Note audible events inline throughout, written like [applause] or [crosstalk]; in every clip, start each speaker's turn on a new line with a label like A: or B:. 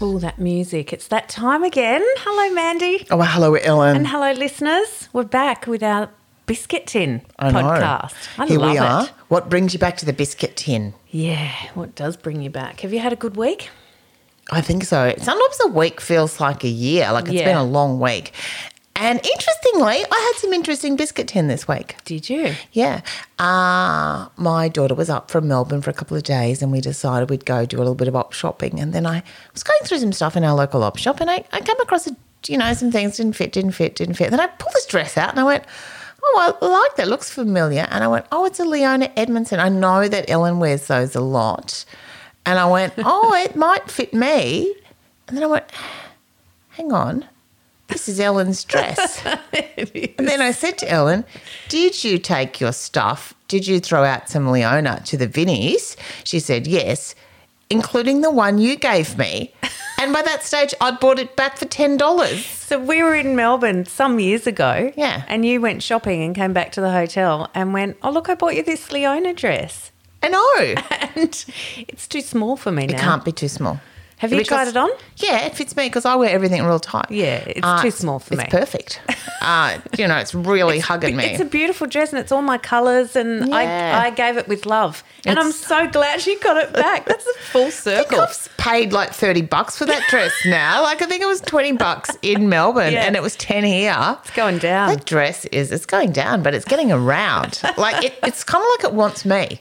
A: Oh, that music. It's that time again. Hello, Mandy.
B: Oh, hello, Ellen.
A: And hello, listeners. We're back with our biscuit tin
B: I know.
A: podcast. I
B: Here
A: love
B: we are.
A: it.
B: What brings you back to the biscuit tin?
A: Yeah, what does bring you back? Have you had a good week?
B: I think so. Sometimes a week feels like a year, like it's
A: Yeah.
B: been a long week. And interestingly, I had some interesting biscuit tin this week.
A: Did
B: [laughs]
A: you?
B: Yeah. Uh, my daughter was up from Melbourne for a couple of days and we decided we'd go do a little bit of op shopping. And then I was going through some stuff in our local op shop and I, I came across, a, you know, some things didn't fit, didn't fit, didn't fit. Then I pulled this dress out and I went, oh, I like that. Looks familiar. And I went, oh, it's a Leona Edmondson. I know that Ellen wears those a lot. And I went, oh, it might fit me. And then I went, hang on. This is Ellen's dress. And then I said to Ellen, Did you take your stuff? Did you throw out some Leona to the Vinnies? She said, Yes, including the one you gave me. And by that stage, I'd bought it back for $10.
A: So we were in Melbourne some years ago.
B: Yeah.
A: And you went shopping and came back to the hotel and went, Oh, look, I bought you this Leona dress. [laughs]
B: I know.
A: And it's too small for me now.
B: It can't be too small.
A: Have you tried it on?
B: Yeah, it fits me because I wear everything real tight. Uh,
A: Yeah, it's too small for
B: it's
A: me. [laughs]
B: perfect. Uh, you know, it's really hugging me.
A: It's a beautiful dress and it's all my colours and
B: Yeah.
A: I, I gave it with love. And I'm
B: It's-
A: so glad she got it back. That's a
B: [laughs]
A: full
B: I think
A: circle.
B: I've paid like 30 bucks for that dress now. Like, I think it was 20 bucks in
A: [laughs]
B: Melbourne
A: Yeah.
B: and it was 10 here. It's
A: going down.
B: That dress is, it's going down, but it's
A: [laughs]
B: getting around. like, it, it's kind of like it wants me.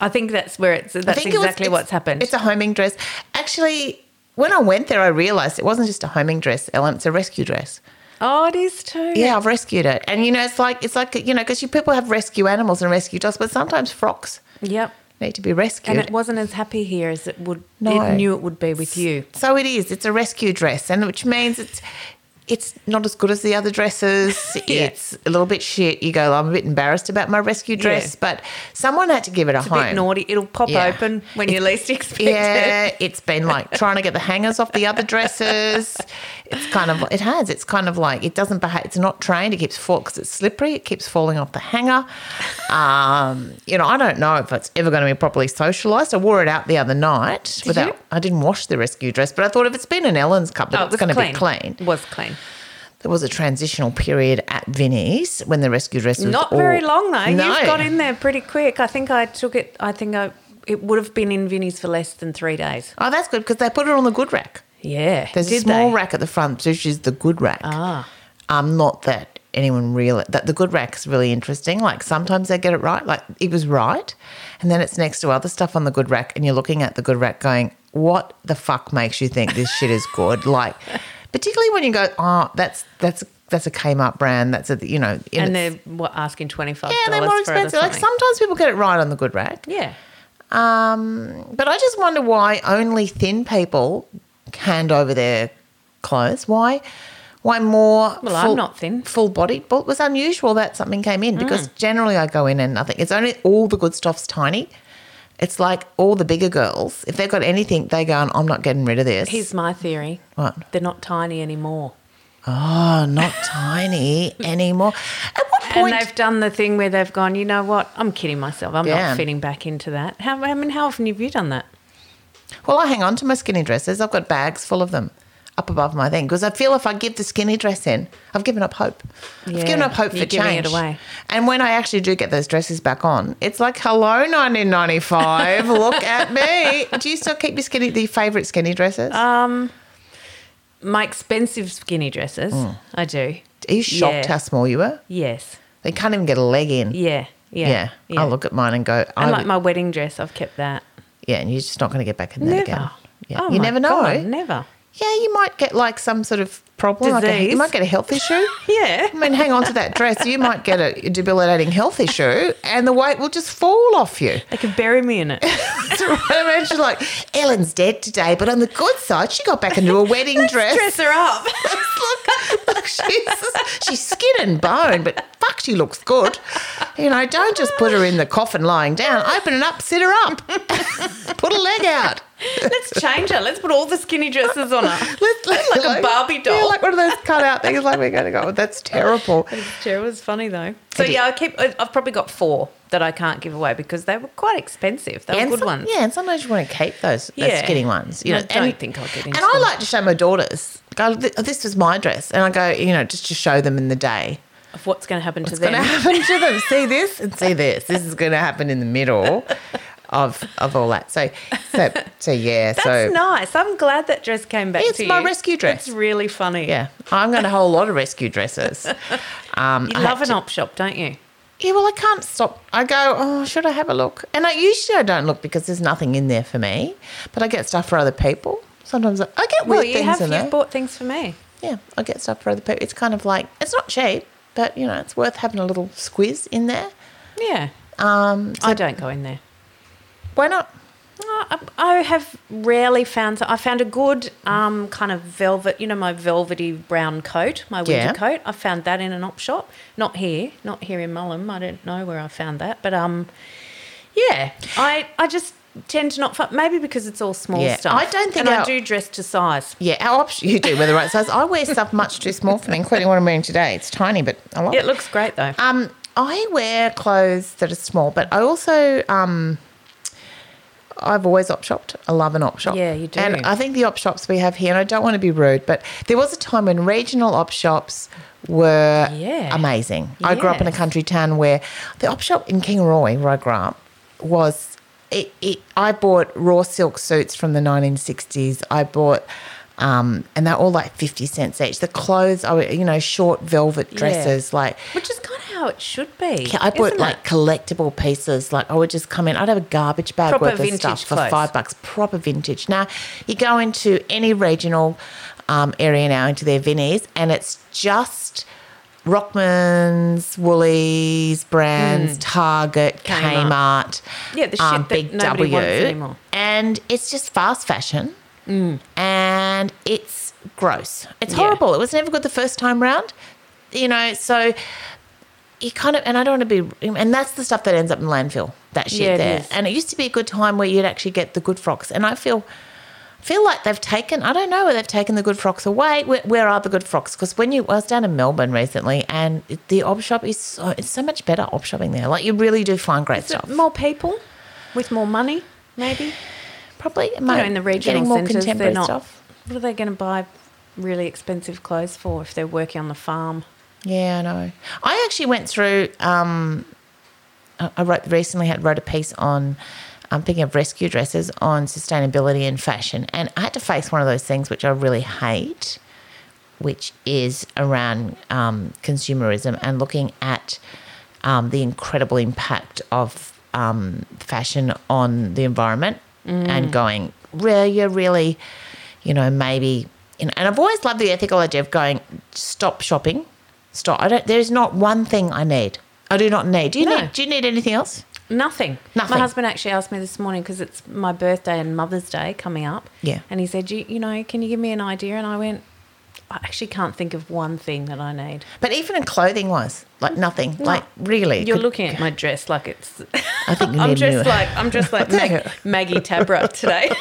A: I think that's where it's
B: I
A: that's
B: think it was-
A: exactly
B: it's-
A: what's happened.
B: It's a homing dress. Actually, when I went there, I realized it wasn't just a homing dress, Ellen, it's a rescue dress.
A: oh, it is too.
B: Yeah, I've rescued it. And, you know, it's like, it's like, you know, because you people have rescue animals and rescue dogs, but sometimes frocks
A: Yep.
B: need to be rescued.
A: And it wasn't as happy here as it would.
B: No.
A: It knew it would be with you.
B: So it is. It's a rescue dress, and which means it's it's not as good as the other dresses.
A: [laughs] Yeah.
B: It's a little bit shit. You go, I'm a bit embarrassed about my rescue dress,
A: Yeah.
B: but someone had to give it a
A: It's a
B: home.
A: bit naughty. It'll pop
B: Yeah.
A: open when you least [laughs] expect it.
B: yeah, it's been like trying to get the hangers off the other dresses. It's kind of it has. It's kind of like it doesn't behave. It's not trained. It keeps fall because it's slippery. It keeps falling off the hanger. Um, you know, I don't know if it's ever going to be properly socialized. I wore it out the other night without.
A: you?
B: I didn't wash the rescue dress, but I thought if it's been in Ellen's cupboard,
A: Oh, it
B: it's
A: was
B: going to be
A: clean.
B: clean.
A: It was clean.
B: There was a transitional period at Vinnie's when the rescue dress was
A: Not
B: all-
A: very long though.
B: No.
A: You've got in there pretty quick. I think I took it. I think I it would have been in Vinnie's for less than three days.
B: Oh, that's good because they put it on the good rack.
A: Yeah.
B: There's
A: Did
B: a small
A: they?
B: rack at the front, which is the good rack.
A: Ah.
B: Um, not that anyone really that the good rack's really interesting. Like sometimes they get it right, like it was right, and then it's next to other stuff on the good rack, and you're looking at the good rack going, "What the fuck makes you think this shit is
A: [laughs]
B: good?" like, particularly when you go, "Oh, that's that's that's a Kmart brand. That's a you know."
A: And
B: it's-
A: they're what, asking twenty five.
B: yeah, they're more expensive. Like sometimes people get it right on the good rack.
A: Yeah.
B: Um, but I just wonder why only thin people hand over their clothes. Why? Why more?
A: Well, I'm not thin. Mm.
B: Full bodied. But it was unusual that something came in because generally I go in and nothing. It's only all the good stuff's tiny. It's like all the bigger girls. If they've got anything, they go, "I'm not getting rid of this."
A: Here's my theory.
B: What?
A: They're not tiny anymore.
B: oh, not
A: [laughs]
B: tiny anymore. At what point?
A: And they've done the thing where they've gone, you know what? I'm kidding myself. I'm
B: Yeah.
A: not fitting back into that. How, I mean, how often have you done that?
B: Well, I hang on to my skinny dresses. I've got bags full of them up above my thing because I feel if I give the skinny dress in, I've given up hope. I've
A: Yeah,
B: given up hope for
A: you're giving it
B: change.
A: away.
B: And when I actually do get those dresses back on, it's like, hello,
A: [laughs]
B: 1995. Look at me. Do you still keep your skinny, your favourite skinny dresses?
A: Uh, My expensive skinny dresses,
B: Hmm.
A: I do.
B: Are you shocked
A: yeah.
B: how small you were?
A: Yes.
B: They can't even get a leg in.
A: Yeah. Yeah.
B: Yeah. I look at mine and go, I
A: And
B: would-
A: like my wedding dress, I've kept that.
B: yeah, and you're just not going to get back in there
A: Never.
B: again. Yeah.
A: Oh
B: you
A: my
B: never know.
A: God, never.
B: Yeah, you might get like some sort of problem. Like a, you
A: Disease.
B: might get a
A: [laughs]
B: health issue.
A: Yeah.
B: I mean, hang on to that dress. You might get a debilitating health issue, and the weight will just fall
A: [laughs]
B: off you.
A: They could bury me in it.
B: So I imagine, like, Ellen's dead today, but on the good side, she got back into a wedding dress.
A: [laughs]
B: [laughs]
A: Dress her up. [laughs]
B: look, look, she's, she's skin and bone, but fuck, she looks good. You know, don't just put her in the coffin lying down. Open it up, sit her up, [laughs] put a leg out.
A: Let's change her. Let's put all the skinny dresses on
B: [laughs]
A: her.
B: Let's,
A: Like a Barbie
B: Yeah,
A: doll.
B: like one of those cut out things. Like we're going to go. That's "Oh, terrible.
A: Chair was funny though. So
B: It is.
A: yeah, I keep. I- I've probably got four that I can't give away because they were quite expensive. They were
B: And
A: good
B: some-
A: ones.
B: Yeah, and sometimes you want to keep those those
A: Yeah.
B: skinny ones. You
A: I
B: know,
A: don't
B: and-
A: think I'll get
B: And
A: into
B: I
A: them.
B: like to show my daughters. Go, "Th- this was my dress, and I go, you know, just to show them in the day.
A: Of what's going to happen to
B: It's going to
A: them?
B: [laughs] happen to them. See this and see this. This is going to happen in the middle of of all that. So, so, so
A: [laughs]
B: yeah.
A: That's
B: so
A: nice. I'm glad that dress came back
B: It's
A: to
B: my
A: you.
B: rescue dress.
A: It's really funny.
B: yeah, I'm going to have a whole lot of rescue dresses. Um,
A: You
B: I had
A: love an op shop, don't you?
B: Yeah, well, I can't stop. I go, oh, should I have a look? And I usually I don't look because there's nothing in there for me, but I get stuff for other people. Sometimes I, I get weird
A: Well, you
B: things
A: have.
B: in
A: You've
B: there.
A: bought things for me.
B: yeah, I get stuff for other people. It's kind of like it's not cheap, but you know, it's worth having a little squeeze in there.
A: Yeah.
B: Um,
A: I don't go in there.
B: why not?
A: Oh, I, I have rarely found. I found a good um, kind of velvet. You know, my velvety brown coat, my winter
B: Yeah.
A: coat. I found that in an op shop. Not here. Not here in Mullum. I don't know where I found that, but um, yeah. I I just tend to not. fi- Maybe because it's all small
B: Yeah,
A: stuff.
B: I don't think
A: and I
B: our-
A: do dress to size.
B: Yeah, our option you do wear the right size. I wear stuff much too small for me, including what I'm wearing today. It's tiny, but I love
A: It looks great though.
B: Um, I wear clothes that are small, but I also um, I've always op shopped. I love an op shop.
A: Yeah, you do.
B: And I think the op shops we have here, and I don't want to be rude, but there was a time when regional op shops were
A: Yeah.
B: amazing. I grew up in a
A: Yes.
B: country town where the op shop in Kingaroy, where I grew up, was. It, it, I bought raw silk suits from the 1960s. I bought, um, and they're all like 50 cents each. The clothes, I, you know, short velvet dresses, like
A: Which is kind of how it should be.
B: yeah, I bought
A: isn't
B: like
A: it?
B: collectible pieces. Like I would just come in, I'd have a garbage bag
A: Proper
B: worth of
A: vintage
B: stuff for
A: clothes.
B: five bucks, proper vintage. Now you go into any regional um, area now into their vinnies, and it's just Rockman's, Woolies, Brands, Target, Kmart,
A: Hmm.
B: um,
A: Kmart. Yeah, the shit that nobody wants anymore. Mm.
B: and it's just fast fashion, and it's gross. It's
A: Yeah.
B: horrible. It was never good the first time round, you know. So you kind of and I don't want to be and that's the stuff that ends up in landfill. That shit
A: Yeah, it
B: there.
A: is.
B: and it used to be a good time where you'd actually get the good frocks. And I feel feel like they've taken I don't know where they've taken the good frocks away. Where, where are the good frocks? Because when you I was down in Melbourne recently and it- the op shop is so it's so much better op shopping there. Like you really do find great
A: Is it
B: stuff.
A: more people with more money, maybe.
B: Probably
A: you
B: mo-
A: know, in the regional
B: getting more
A: centres,
B: contemporary
A: they're not.
B: stuff.
A: What are they going to buy really expensive clothes for if they're working on the farm?
B: Yeah, I know. I actually went through. Um, I I wrote recently had wrote a piece on. I'm thinking of rescue dresses on sustainability and fashion, and I had to face one of those things which I really hate, which is around um, consumerism and looking at um, the incredible impact of um, fashion on the environment,
A: Mm.
B: and going, "Well, you're really, you know, maybe." You know, and I've always loved the ethical idea of going, "Stop shopping, stop." I don't. There's not one thing I need. I do not need. Do you
A: No.
B: need? Do you need anything else?
A: Nothing.
B: Nothing.
A: My husband actually asked me this morning because it's my birthday and Mother's Day coming up.
B: Yeah.
A: And he said, you, you know, can you give me an idea? And I went, I actually can't think of one thing that I need.
B: But even in clothing wise, like nothing. Like really,
A: You're
B: Could-
A: looking at my dress like it's.
B: [laughs]
A: [laughs]
B: I think you
A: I'm
B: need a new
A: just
B: one.
A: like I'm just
B: [laughs]
A: like Mag- Maggie Tabra today. [laughs]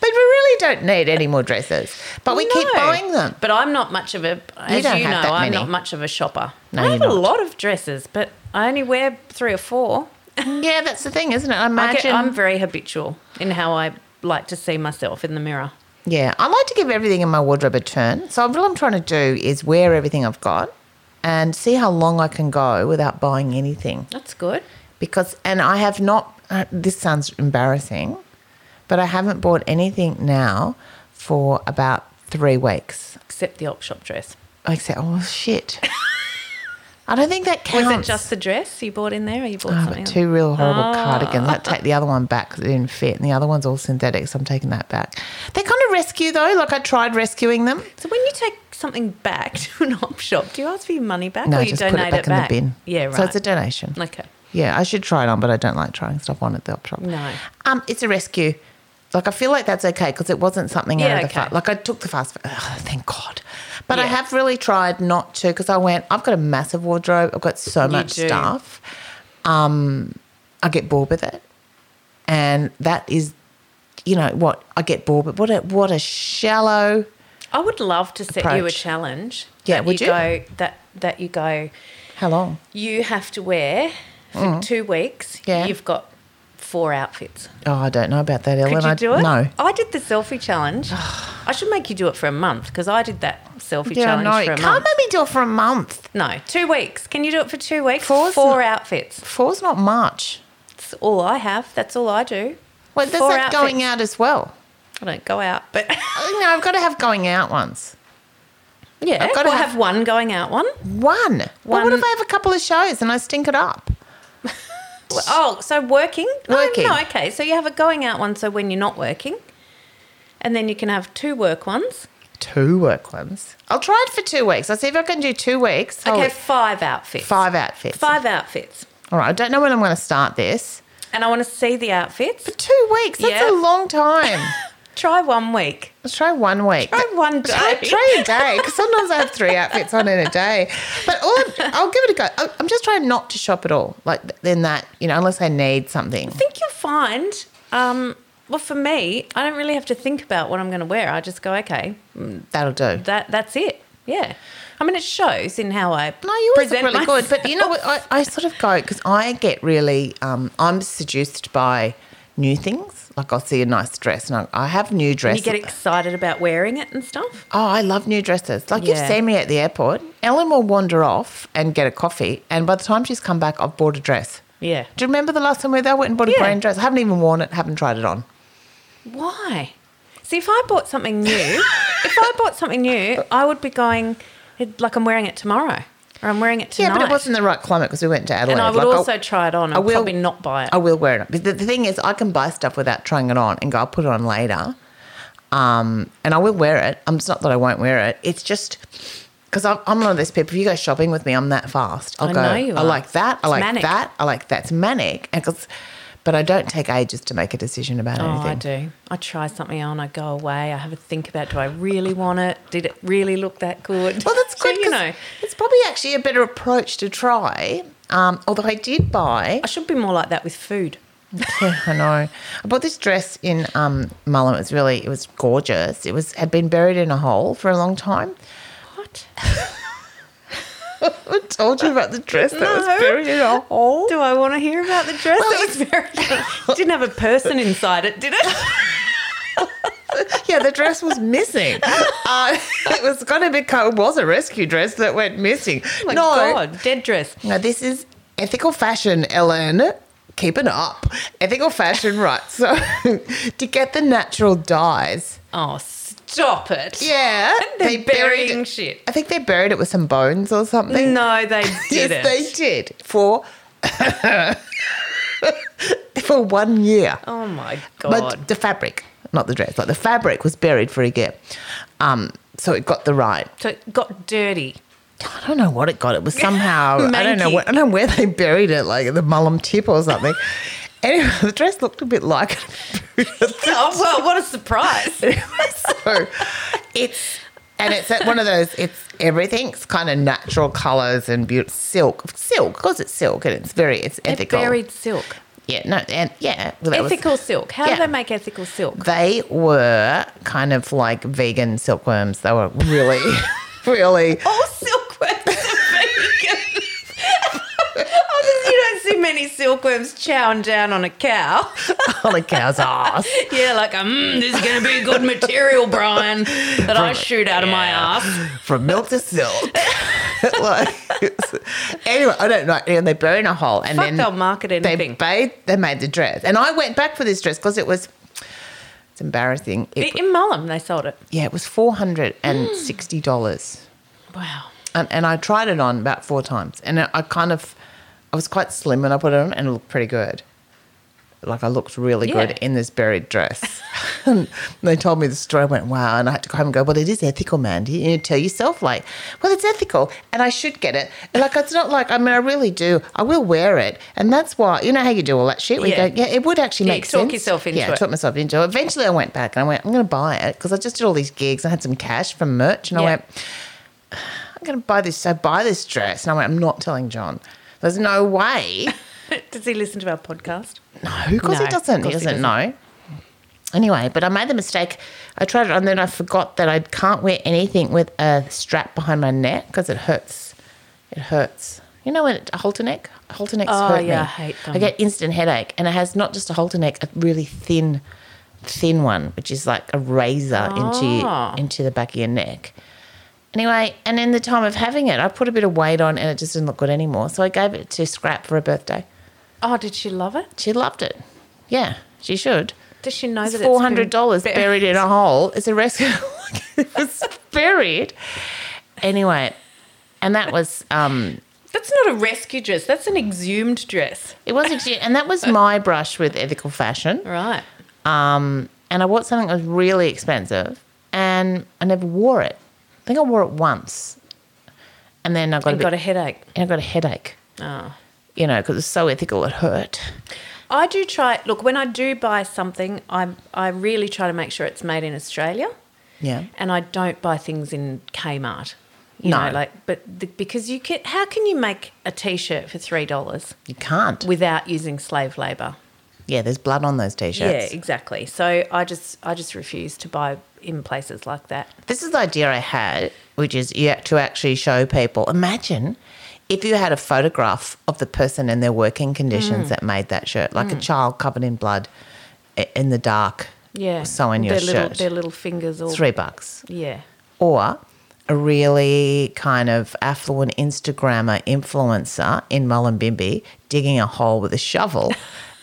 B: But we really don't need any more dresses. But we keep
A: No.
B: buying them.
A: But I'm not much of a as you,
B: don't have
A: know,
B: that
A: I'm
B: many.
A: not much of a shopper.
B: No,
A: I have
B: you're
A: a
B: not.
A: lot of dresses, but I only wear three or four.
B: Yeah, that's the thing, isn't it? I
A: I um,
B: imagine.
A: am very habitual in how I like to see myself in the mirror.
B: yeah, I like to give everything in my wardrobe a turn. So what I'm trying to do is wear everything I've got and see how long I can go without buying anything.
A: That's good.
B: because and I have not. Uh, this sounds embarrassing, but I haven't bought anything now for about three weeks.
A: Except the op shop dress.
B: I said,
A: [laughs]
B: "Oh shit." I don't think that
A: Was
B: counts.
A: it just the dress you bought in there, or you bought
B: Oh,
A: something? else?
B: but two real horrible
A: Ah.
B: cardigans. I'd take the other one back because it didn't fit, and the other one's all synthetic, so I'm taking that back. They're kind of rescue though. Like I tried rescuing them.
A: So when you take something back [laughs] to an op shop, do you ask for your money back,
B: No,
A: or
B: I
A: you
B: just
A: donate
B: put it back in the bin.
A: Yeah, right.
B: So it's a donation.
A: okay.
B: Yeah, I should try it on, but I don't like trying stuff on at the op shop.
A: No.
B: Um, it's a rescue. Like I feel like that's okay because it wasn't something out
A: Yeah,
B: of the
A: okay.
B: fast. Like I took the fast. Ugh, thank God. But I
A: Yeah.
B: have really tried not to because I went. I've got a massive wardrobe. I've got so much
A: do.
B: stuff. Um, I get bored with it, and that is, you know, what I get bored. with. what a what a shallow.
A: I would love to set you a
B: Approach.
A: challenge.
B: Yeah,
A: that
B: would you?
A: go that that you go?
B: How long?
A: You have to wear for two weeks,
B: Mm-hmm. Yeah.
A: you've got four outfits.
B: Oh, I don't know about that, Ellen.
A: Could you
B: I,
A: do it?
B: No.
A: I did the selfie
B: [sighs]
A: challenge. I should make you do it for a month because I did that selfie
B: Yeah,
A: challenge
B: no.
A: for a
B: Can't
A: month.
B: make me do it for a month.
A: No, two weeks. Can you do it for two weeks?
B: Four's
A: Four outfits.
B: Four's not much.
A: That's all I have. That's all I do.
B: Well, there's
A: Four
B: that going
A: outfits.
B: out as well.
A: I don't go out, but [laughs]
B: No, I've got to have going out ones.
A: yeah,
B: I've gotta
A: we'll
B: have-
A: have... one going out one.
B: One. Well, what
A: One-
B: if I have a couple of shows and I stink it up?
A: Oh, so working? No,
B: Working.
A: No, okay. So you have a going out one, so when you're not working, and then you can have two work ones.
B: Two work ones. I'll try it for two weeks. I'll see if I can do two weeks.
A: Okay,
B: Holy-
A: five outfits.
B: Oh. Five outfits.
A: Five outfits.
B: All right. I don't know when I'm going to start this.
A: And I want to see the outfits.
B: Two weeks. That's
A: Yeah.
B: a long
A: [laughs]
B: time.
A: Try one week.
B: Let's try one week.
A: Try one day.
B: Try, try a day because sometimes I have three outfits on in a day. But all I'm, I'll give it a go. I- I'm just trying not to shop at all. Like then that you know unless I need something.
A: I think you'll find. Um, well, for me, I don't really have to think about what I'm going to wear. I just go, okay,
B: That'll do.
A: that that's it. Yeah. I mean, it shows in how I
B: No, you always look
A: present
B: really good. But you know
A: myself.
B: what? I, I sort of go because I get really, um, I'm seduced by new things. Like I'll see a nice dress and I, I have new
A: And [laughs] you
B: dresses.
A: get excited about wearing it and stuff.
B: oh, I love new dresses. Like
A: Yeah.
B: you've seen me at the airport. Ellen will wander off and get a coffee. And by the time she's come back, I've bought a dress.
A: Yeah.
B: Do you remember the last time we were there? I went and bought a
A: Yeah.
B: green dress. I haven't even worn it, haven't tried it on.
A: Why? See, if I bought something new,
B: [laughs]
A: if I bought something new, I would be going it- like I'm wearing it tomorrow or I'm wearing it
B: Yeah,
A: tonight.
B: but it wasn't the right climate because we went to Adelaide.
A: and I would
B: Like, I'll-
A: also try it on. I'd probably not buy it.
B: I will wear it. But the, the thing is, I can buy stuff without trying it on and go, I'll put it on later. Um, and I will wear it. Um, it's not that I won't wear it. It's just because I'm, I'm one of those people. If you go shopping with me, I'm that fast. I'll
A: I
B: go,
A: know you
B: I
A: are.
B: like that. I
A: It's
B: like
A: manic.
B: that. I like that's manic. And 'cause- but I don't take ages to make a decision about
A: Oh, I
B: anything.
A: do. I try something on, I go away, I have a think about do I really want it? Did it really look that good?
B: Well,
A: [laughs]
B: that's
A: So,
B: good.
A: you
B: 'cause
A: know,
B: It's probably actually a better approach to try. Um, although I did buy.
A: I should be more like that with food.
B: Yeah, [laughs] I know. I bought this dress in um, Mullen. It was really, it was gorgeous. It was had been buried in a hole for a long time.
A: What?
B: I told you about the dress that was
A: No.
B: buried in a
A: [laughs]
B: hole.
A: Do I want to hear about the dress?
B: Well,
A: that was very. [laughs] didn't have a person inside it, did it?
B: [laughs] Yeah, the dress was [laughs] missing. Uh, it was going to be, it was a rescue dress that went missing.
A: Oh my
B: [laughs] no,
A: God, dead dress.
B: Now, this is ethical fashion, Ellen. Keep it up. Ethical fashion, right. So, [laughs] to get the natural dyes.
A: Oh, stop it.
B: Yeah.
A: They're
B: buried
A: burying
B: it-
A: shit.
B: I think they buried it with some bones or something.
A: No, they
B: [laughs] yes,
A: didn't.
B: they did. For [laughs] for one year.
A: Oh my god!
B: But the fabric, not the dress, like the fabric was buried for a year. Um, so it got the right.
A: so it got dirty. [laughs]
B: I don't know what it got. It was somehow I don't know.
A: Manky.
B: Where, I don't know where they buried it, like at the Mullum tip or something. [laughs] anyway, the dress looked a bit like.
A: oh well, what a surprise!
B: so it's and it's at one of those. It's everything's kind of natural colours and beautiful silk, silk because it's silk and it's very it's
A: They
B: [laughs] ethical.
A: buried silk.
B: Yeah, no, and yeah, well, that was-
A: ethical silk. How
B: yeah.
A: do they make ethical
B: [laughs]
A: silk?
B: they were kind of like vegan silkworms. They were really, [laughs] really.
A: All silkworms are vegan. [laughs] oh, there's- you don't see many silkworms chowing down on a cow. [laughs]
B: on a cow's ass.
A: yeah, like mm, this is going to be good material, Brian, that I shoot out of my ass.
B: from milk to silk. [laughs] like, it's- anyway, I don't know. And they burn a hole, and
A: Fuck,
B: then
A: they'll market
B: they
A: anything.
B: bathed, they made the dress, and I went back for this dress because it was it's embarrassing. It,
A: In Mullum, they sold it.
B: yeah, it was four hundred and sixty dollars,
A: Wow.
B: and, and I tried it on about four times, and I, I kind of I was quite slim when I put it on, and it looked pretty good. Like I looked really
A: Yeah.
B: good in this buried dress. [laughs] and they told me the story. I went, wow. And I had to go home and go, well, it is ethical, Mandy. You tell yourself, like, well, it's ethical and I should get it. And like, it's not like, I mean, I really do. I will wear it. And that's why, you know how you do all that shit? We
A: Yeah.
B: go, yeah, it would actually
A: Yeah,
B: make
A: you talk
B: sense.
A: yourself into
B: yeah, I
A: it.
B: talked myself into it. Eventually I went back and I went, I'm going to buy it because I just did all these gigs. I had some cash from merch and I
A: Yeah.
B: went, I'm going to buy this. So buy this dress. And I went, I'm not telling John. There's no way.
A: [laughs] Does he listen to our podcast?
B: No, of course
A: No,
B: he doesn't.
A: of
B: He
A: course he
B: doesn't know. Anyway, but I made the mistake. I tried it on, then I forgot that I can't wear anything with a strap behind my neck because it hurts. It hurts. You know when it- a halter neck? Halter necks
A: Oh,
B: hurt me.
A: yeah, I hate them.
B: I get instant headache, and it has not just a halter neck, a really thin, thin one, which is like a razor into
A: Ah.
B: your, into the back of your neck. Anyway, and in the time of having it, I put a bit of weight on, and it just didn't look good anymore. So I gave it to Scrap for her birthday.
A: Oh, did she love it?
B: She loved it. Yeah, she should.
A: Does she know
B: It's
A: that
B: four hundred dollars
A: it's been-
B: buried in a hole. It's a rescue. [laughs] it was buried. Anyway, and that was um,
A: That's not a rescue dress. That's an exhumed dress.
B: it was actually, and that was my brush with ethical fashion.
A: Right.
B: Um, and I bought something that was really expensive, and I never wore it. I think I wore it once, and then I got a
A: And
B: bit,
A: got a headache.
B: and I got a headache.
A: Oh.
B: You know, because it's so ethical, it hurt.
A: I do try. Look, when I do buy something, I I really try to make sure it's made in Australia,
B: Yeah.
A: and I don't buy things in Kmart. You
B: No.
A: know, like, but the, because you can, how can you make a T-shirt for three dollars
B: You can't.
A: without using slave labor?
B: yeah, there's blood on those t-shirts.
A: Yeah, exactly. So I just I just refuse to buy in places like that.
B: This is the idea I had, which is yeah, to actually show people. Imagine if you had a photograph of the person and their working
A: Mm.
B: conditions that made that shirt, like a child covered in blood i- in the dark,
A: Yeah,
B: sewing your
A: their little,
B: shirt.
A: their little fingers all
B: Three bucks.
A: Yeah,
B: Or a really kind of affluent Instagrammer influencer in Mullumbimby digging a hole with a
A: [laughs]
B: shovel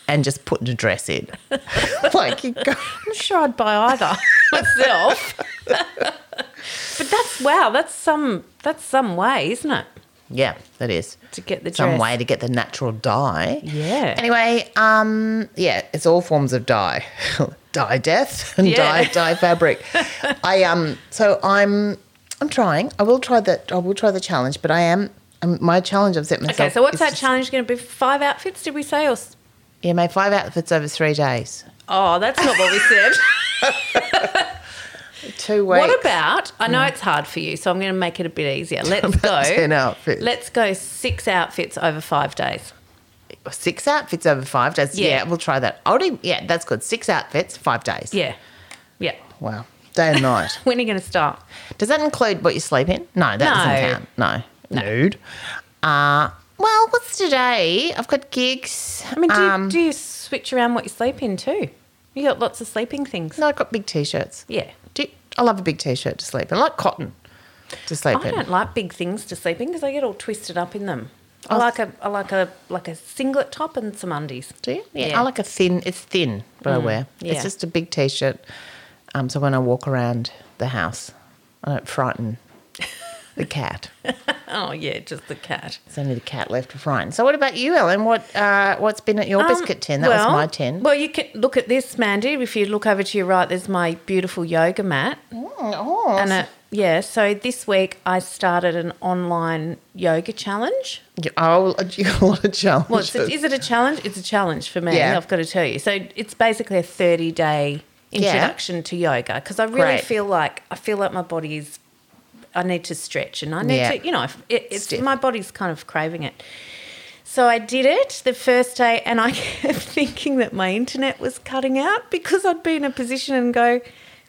B: and just putting a dress in. [laughs] like you go,
A: I'm sure I'd buy
B: [laughs]
A: either myself. [laughs] but that's wow. That's some that's some way, isn't it?
B: yeah, that is.
A: To get the
B: some
A: dress.
B: way to get the natural dye.
A: Yeah.
B: Anyway, um, yeah, it's all forms of dye, [laughs] dye death and
A: Yeah.
B: dye
A: [laughs]
B: dye fabric. I um, so I'm I'm trying. I will try that. I will try the challenge, but I am. Um, my challenge I've set myself.
A: Okay, so what's
B: is
A: that
B: just-
A: challenge going to be? Five outfits, did we say? Or s-
B: Yeah, my five outfits over three days.
A: oh, that's not what we
B: [laughs]
A: said.
B: Two weeks.
A: what about? I know it's hard for you, so I'm going to make it a bit
B: [laughs]
A: easier. Let's go.
B: Mm. about 10 outfits?
A: Let's go six outfits over five days.
B: six outfits over five days? Yeah,
A: Yeah.
B: we'll try that. I'll do, yeah, that's good. Six outfits, five days.
A: Yeah, yeah.
B: Wow. Day and night.
A: When are you going to start?
B: Does that include what you sleep in? No, that
A: No.
B: doesn't count. No. Nude. Uh, well, what's today? I've got gigs.
A: I mean, do,
B: Um,
A: you, do you switch around what you sleep in too? You got lots of sleeping things.
B: no, I've got big t shirts.
A: Yeah.
B: Do I love a big t shirt to sleep in. I like cotton to sleep
A: I
B: in.
A: don't like big things to sleep in because I get all twisted up in them.
B: Oh,
A: I like a I like a like a singlet top and some undies.
B: Do you? Yeah,
A: Yeah. Mm,
B: I like a thin, it's thin, but I wear. It's
A: yeah.
B: just a big t shirt. Um, so when I walk around the house, I don't frighten
A: [laughs]
B: the cat.
A: Oh yeah, just the cat.
B: There's only the cat left to frighten. So what about you, Ellen? What, uh, what's been at your
A: Um,
B: biscuit tin? That was my tin.
A: Well, you can look at this, Mandy. If you look over to your right, there's my beautiful yoga mat.
B: Oh,
A: And uh yeah, so this week I started an online yoga challenge.
B: Yeah, Oh, you got a lot of challenges.
A: Well, it's a, is it a challenge? It's a challenge for me.
B: Yeah.
A: I've got to tell you. So it's basically a thirty-day introduction to yoga because I really
B: Great.
A: feel like I feel like my body is. I need to stretch, and I need
B: Yeah.
A: to, you know, if- it, it's
B: Stiff.
A: my body's kind of craving it. So I did it the first day, and I [laughs] kept thinking that my internet was cutting out because I'd be in a position and go,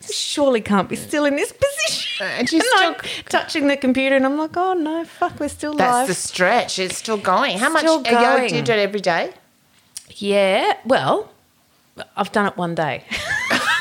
A: "This surely can't be still in this position. [laughs]
B: And she's
A: I'm touching the computer, and I'm like, oh no, fuck, we're still
B: That's
A: live.
B: the stretch. It's still going. How much
A: Still
B: a yoga do you
A: going.
B: do it every day?
A: Yeah, well, I've done it one day.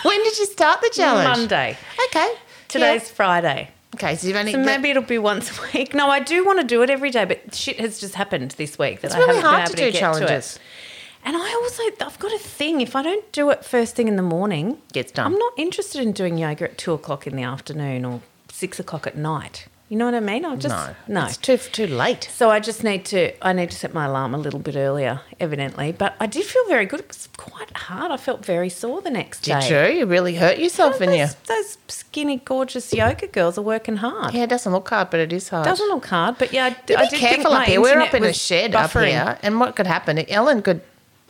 B: When did you start the [laughs] challenge?
A: Monday.
B: Okay.
A: Today's
B: Yeah.
A: Friday.
B: Okay, so you've only.
A: So maybe it'll be once a week. No, I do want to do it every day, but shit has just happened this week that
B: It's
A: I
B: really
A: haven't been
B: hard
A: able
B: to
A: to,
B: do
A: get
B: challenges.
A: to it. And I also, I've got a thing. If I don't do it first thing in the morning,
B: Gets done.
A: I'm not interested in doing yoga at two o'clock in the afternoon or six o'clock at night. You know what I mean? I'll just
B: no,
A: no.
B: It's too too late.
A: So I just need to I need to set my alarm a little bit earlier, evidently. But I did feel very good. It was quite hard. I felt very sore the next
B: Did
A: day.
B: you? You really hurt yourself,
A: Those,
B: didn't you?
A: those skinny, gorgeous yoga girls are working hard.
B: Yeah, it doesn't look hard, but it is hard.
A: Doesn't look hard, but yeah, I, d-
B: Be
A: I did think
B: careful
A: my
B: up here. We're
A: internet
B: up in a
A: was
B: shed up
A: buffering.
B: here, and what could happen? Ellen could,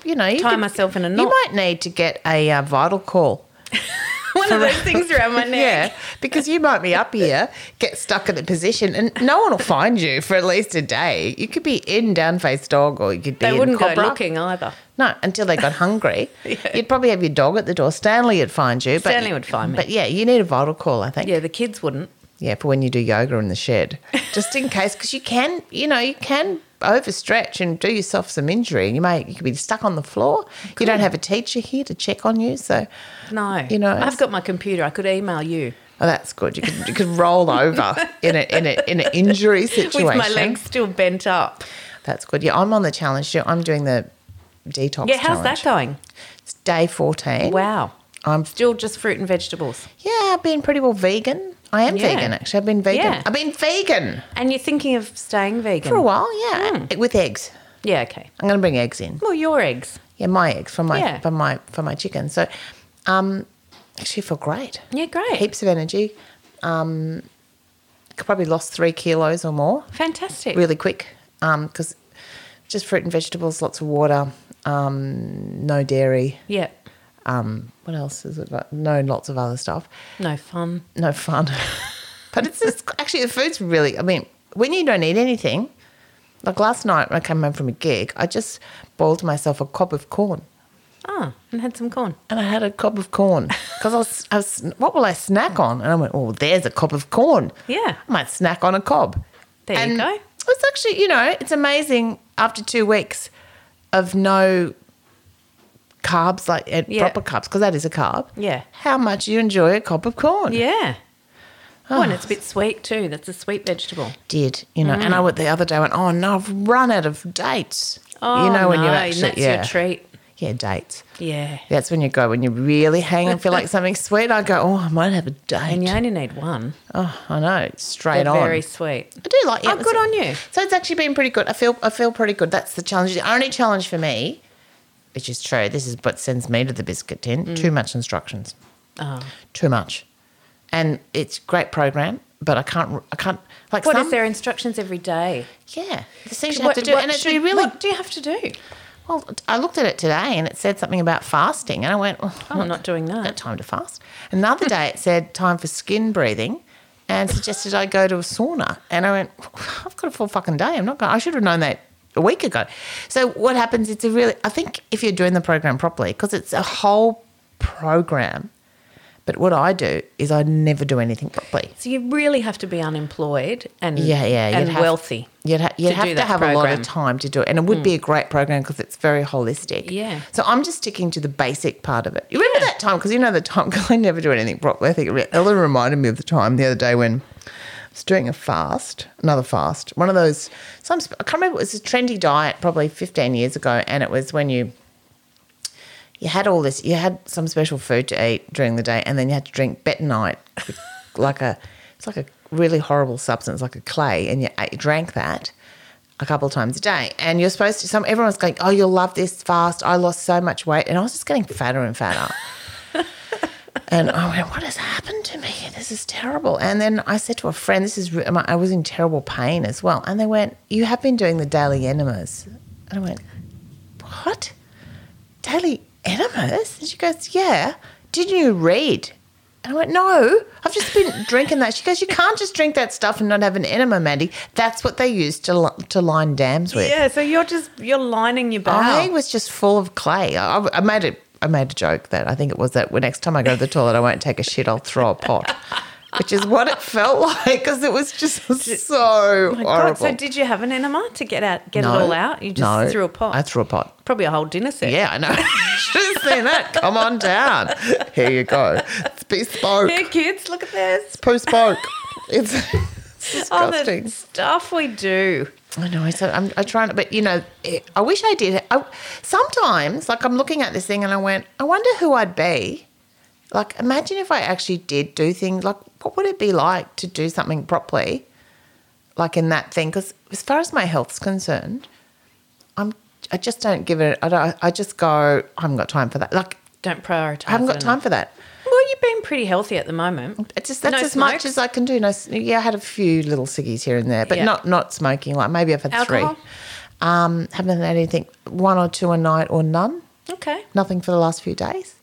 B: you know, you
A: Tie
B: could-
A: myself in a knot.
B: You might need to get a uh, vital call.
A: [laughs] One of those things [laughs] around my neck.
B: [laughs] Yeah, because you might be up here, get stuck in a position, and no one will find you for at least a day. You could be in down faced dog, or you could be
A: They
B: in
A: wouldn't go
B: Cobra.
A: looking either.
B: No, until they
A: [laughs]
B: got hungry. You'd probably have your dog at the door. Stanley would find you. But,
A: Stanley would find me.
B: But yeah, you need a vital call, I think.
A: Yeah, the kids wouldn't.
B: Yeah, for when you do yoga in the shed, just in case, because you can, you know, you can overstretch and do yourself some injury, you may you could be stuck on the floor. You don't have a teacher here to check on you, so
A: No.
B: You know, it's-
A: I've got my computer. I could email you
B: oh, that's good. You could you could roll over in a in a in an injury
A: [laughs]
B: situation.
A: with my legs still bent up.
B: That's good. Yeah, I'm on the challenge. too. I'm doing the detox.
A: Yeah, how's that
B: challenge.
A: going?
B: It's day fourteen.
A: Wow.
B: I'm
A: Still just fruit and vegetables.
B: yeah, I've been pretty well vegan. I am
A: Yeah.
B: vegan actually. I've been vegan.
A: Yeah.
B: I've been vegan
A: And you're thinking of staying vegan?
B: for a while. Yeah,
A: Hmm.
B: with eggs.
A: Yeah, okay.
B: I'm going to bring eggs in.
A: Well, your eggs.
B: Yeah, my eggs for my
A: Yeah.
B: for my for my chicken. So, um, actually, I feel great.
A: Yeah, great.
B: Heaps of energy. Um, probably lost three kilos or more
A: Fantastic.
B: really quick. Um, because just fruit and vegetables, lots of water, um, no dairy.
A: Yeah.
B: Um, what else is it? got? No, lots of other stuff.
A: No fun.
B: No fun. [laughs] but it's just actually the food's really. I mean, when you don't eat anything, like last night when I came home from a gig, I just boiled myself a cob of corn.
A: Ah, and had some corn.
B: and I had a cob of corn because I was, I was, what will I snack on? And I went, oh, there's a cob of corn.
A: Yeah.
B: I might snack on a cob.
A: There you
B: and
A: go.
B: It's actually, you know, it's amazing after two weeks of no carbs, like eh,
A: Yeah.
B: proper carbs, because that is a carb.
A: Yeah.
B: How much you enjoy a cob of corn.
A: Yeah. Oh, and it's a bit sweet too. That's a sweet vegetable.
B: Did, you know,
A: Mm.
B: and I went the other day, I went, oh, no, I've run out of dates.
A: Oh,
B: you know, when you're
A: no,
B: actually,
A: and that's
B: yeah,
A: your treat.
B: yeah, dates.
A: Yeah.
B: That's when you go, when you really hang
A: [laughs]
B: and feel like something sweet. I go, oh, I might have a date.
A: And you only need one.
B: Oh, I know. it's Straight
A: They're
B: on.
A: very sweet.
B: I do like. Yeah,
A: Oh, good on you.
B: So it's actually been pretty good. I feel. I feel pretty good. That's the challenge. The only challenge for me, which is true, this is what sends me to the biscuit tin. Too much instructions.
A: Mm. Oh.
B: Too much, and it's great program, but I can't. I can't like
A: What
B: some.
A: is their instructions every day?
B: Yeah, the things you
A: What-
B: have to do,
A: what
B: and it's
A: should-
B: really.
A: What do you have to do?
B: Well, I looked at it today, and it said something about fasting, and I went, oh,
A: I'm not doing that.
B: Got time to fast. Another day it said time for skin breathing and suggested I go to a sauna. And I went, I've got a full fucking day. I'm not going. I should have known that a week ago. So what happens? It's a really. I think if you're doing the program properly, because it's a whole program. But what I do is I never do anything properly.
A: So you really have to be unemployed and
B: Yeah, yeah,
A: and
B: you'd have-
A: wealthy.
B: You'd, ha- you'd
A: to
B: have
A: do
B: to
A: that
B: have a lot of
A: program. Mm.
B: time to do it, and it would be a great program because it's very holistic.
A: Yeah.
B: So I'm just sticking to the basic part of it. You remember that time because you know the time because I never do anything properly. I think it re- Ellen reminded me of the time the other day when I was doing a fast, another fast, one of those. Some sp- I can't remember. It was a trendy diet probably 15 years ago, and it was when you you had all this, you had some special food to eat during the day, and then you had to drink betonite, with, [laughs] like a, it's like a really horrible substance, like a clay, and you, ate- you drank that a couple of times a day. And you're supposed to, some everyone's going, oh, you'll love this fast. I lost so much weight, and I was just getting fatter and fatter. And I went, what has happened to me? This is terrible. And then I said to a friend, this is, re- my- I was in terrible pain as well. And they went, you have been doing the daily enemas. And I went, what? Daily enemas? And she goes, yeah. Didn't you read? And I went, no, I've just been drinking that. She goes, you can't just drink that stuff and not have an enema, Mandy. That's what they use to, li- to line dams with.
A: Yeah, so you're just you're lining your
B: I
A: bow.
B: was just full of clay. I, I- I made it. I made a joke that I think it was that when next time I go to the toilet, I won't take a shit. I'll throw
A: [laughs]
B: a pot, which is what it felt [laughs] like because it was just so horrible.
A: oh God, so did you have an enema to get out get it all out? You just
B: No.
A: threw a pot.
B: I threw a pot.
A: Probably a whole dinner set.
B: Yeah, I know. [laughs] Should have seen that. Come on down. Here you go. It's bespoke.
A: Here, kids, look at this. [laughs]
B: Bespoke. It's, it's
A: All
B: disgusting.
A: the stuff we do.
B: I know. I said I'm, I try, not- but you know, it, I wish I did. I, sometimes, like I'm looking at this thing and I went, I wonder who I'd be. Like, imagine if I actually did do things. Like, what would it be like to do something properly? Like in that thing, because as far as my health's concerned, I'm. I just don't give it. I don't. I just go. I haven't got time for that. Like,
A: Don't prioritize.
B: I haven't got time for that.
A: Well, you've been pretty healthy at the moment.
B: It's just that's
A: No
B: as much
A: smokes?
B: as I can do. No, s- yeah, I had a few little ciggies here and there, but
A: Yeah.
B: not not smoking. Like maybe I've had
A: Alcohol?
B: three. Um, haven't had anything. One or two a night, or none.
A: Okay,
B: Nothing for the last few days.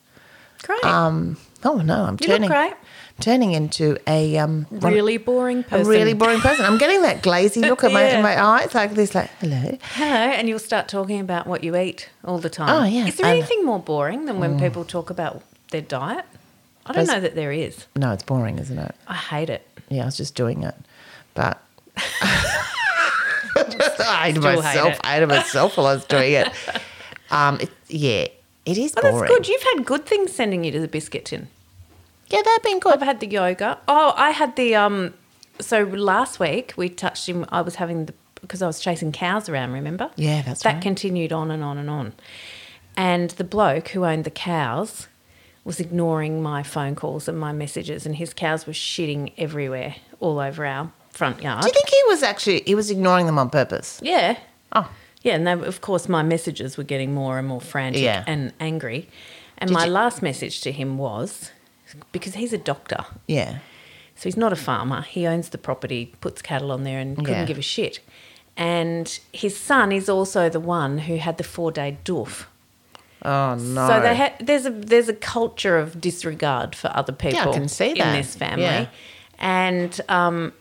A: great.
B: Um, oh no, I'm
A: You look
B: turning
A: great.
B: turning into a um one-
A: really boring
B: a
A: person.
B: really boring person. I'm getting that glazy look in my in
A: [laughs] Yeah.
B: my eyes, like this, like hello.
A: Hello, and you'll start talking about what you eat all the time.
B: Oh, yeah,
A: Is there
B: and-
A: anything more boring than when people talk about their diet? I don't
B: There's-
A: know that there is.
B: No, it's boring, isn't it?
A: I hate it. [laughs]
B: Yeah, I was [laughs] just doing it, but I hated
A: Still hate
B: myself.
A: it.
B: I hated myself while I was
A: [laughs]
B: doing it. Um, it yeah, it is
A: Oh,
B: boring.
A: that's good. You've had good things sending you to the biscuit tin.
B: Yeah, they've been
A: I've
B: good.
A: had the yoga. Oh, I had the um. So last week we touched him. I was having the because I was chasing cows around. Remember?
B: Yeah, that's
A: that
B: right.
A: continued on and on and on. And the bloke who owned the cows was ignoring my phone calls and my messages, and his cows were shitting everywhere, all over our front yard.
B: Do you think he was actually he was ignoring them on purpose?
A: yeah,
B: Oh,
A: yeah. And they, of course, my messages were getting more and more frantic
B: Yeah.
A: and angry. And
B: Did
A: my
B: you-
A: last message to him was because he's a doctor.
B: yeah.
A: So he's not a farmer. He owns the property, puts cattle on there, and couldn't
B: Yeah.
A: give a shit. And his son is also the one who had the four day doof.
B: Oh no.
A: So they ha- there's a there's a culture of disregard for other people.
B: can see
A: in
B: that.
A: this family.
B: Yeah.
A: And um,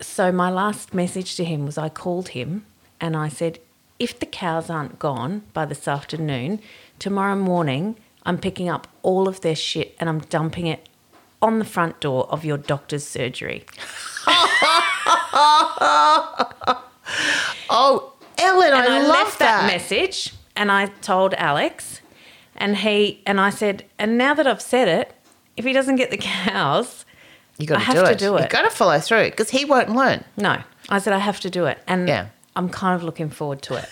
A: so my last message to him was I called him and I said, if the cows aren't gone by this afternoon, tomorrow morning I'm picking up all of their shit and I'm dumping it on the front door of your doctor's surgery.
B: oh, Ellen,
A: and
B: I,
A: I,
B: love
A: left that.
B: that.
A: message and I told Alex and he and I said, and now that I've said it, if he doesn't get the [laughs] cows,
B: You got
A: I
B: to
A: have
B: do
A: to
B: it.
A: do
B: You
A: it.
B: got to follow through because he won't learn.
A: no. I said I have to do it. And
B: Yeah.
A: I'm kind of looking forward to it.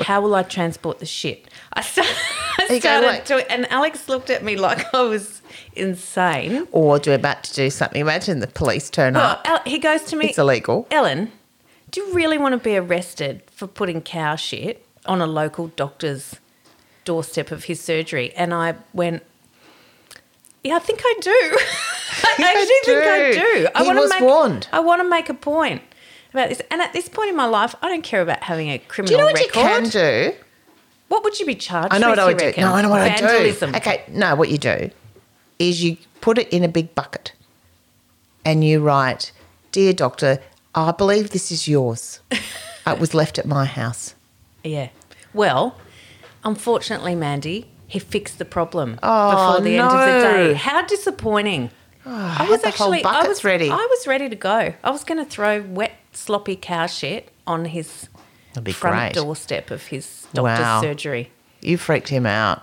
A: How will I transport the shit? I, sta- [laughs]
B: You
A: I
B: go
A: started
B: like-
A: to and Alex looked at me like I was insane.
B: Or do about to do something. Imagine the
A: [gasps]
B: police turn
A: Well,
B: up.
A: Al- he goes to me,
B: It's illegal.
A: Ellen, do you really want to be arrested for putting cow shit on a local doctor's doorstep of his surgery? And I went, Yeah, I think I do. [laughs] I
B: Yeah,
A: actually think I
B: do.
A: do. I
B: He
A: want to
B: was
A: make,
B: warned.
A: I want to make a point about this. And at this point in my life, I don't care about having a criminal
B: Do you know what
A: record.
B: you can do?
A: What would you be charged
B: I know
A: with?
B: what
A: you
B: I would do.
A: reckon?
B: No, I know what I do.
A: Vandalism.
B: Okay, no, what you do is you put it in a big bucket and you write, Dear doctor, I believe this is
A: [laughs]
B: yours. it was left at my house.
A: Yeah. Well, unfortunately, Mandy, he fixed the problem
B: Oh,
A: before the end of the
B: no. Oh,
A: day. How disappointing. I
B: had the whole
A: I
B: buckets
A: was
B: ready.
A: I was ready to go. I was going to throw wet, sloppy cow shit on his
B: That'd be
A: front
B: great.
A: doorstep of his doctor's
B: Wow.
A: surgery.
B: You freaked him out.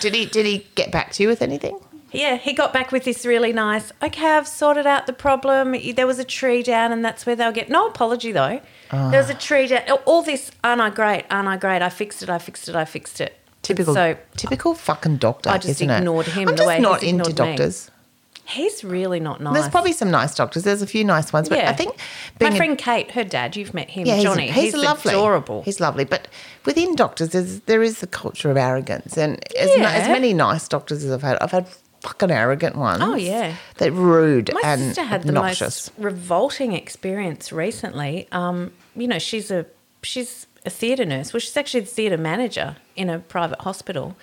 B: did he did he get back to you with anything?
A: Yeah, he got back with this really nice. Okay, I've sorted out the problem. There was a tree down, and that's where they'll get. No apology though.
B: Ah.
A: There was a tree down. All this, aren't I great? Aren't I great? I fixed it. I fixed it. I fixed it.
B: Typical
A: So
B: typical fucking doctor.
A: I just
B: isn't it?
A: ignored him
B: I'm
A: the
B: just
A: way
B: not
A: he's
B: into
A: ignored me.
B: doctors.
A: he's really not nice.
B: There's probably some nice doctors. There's a few nice ones, but I think being
A: my
B: a-
A: friend Kate, her dad, you've met him,
B: Yeah, he's-
A: Johnny. He's,
B: lovely.
A: adorable.
B: He's lovely, but within doctors, there's, there is the culture of arrogance, and as, ni- as
A: Yeah.
B: many nice doctors as I've had, I've had fucking arrogant ones.
A: Oh, yeah.
B: they're rude
A: my
B: and
A: sister had
B: obnoxious.
A: the most revolting experience recently. Um, you know, she's a she's a theatre nurse. Well, she's actually the theatre manager in a private hospital,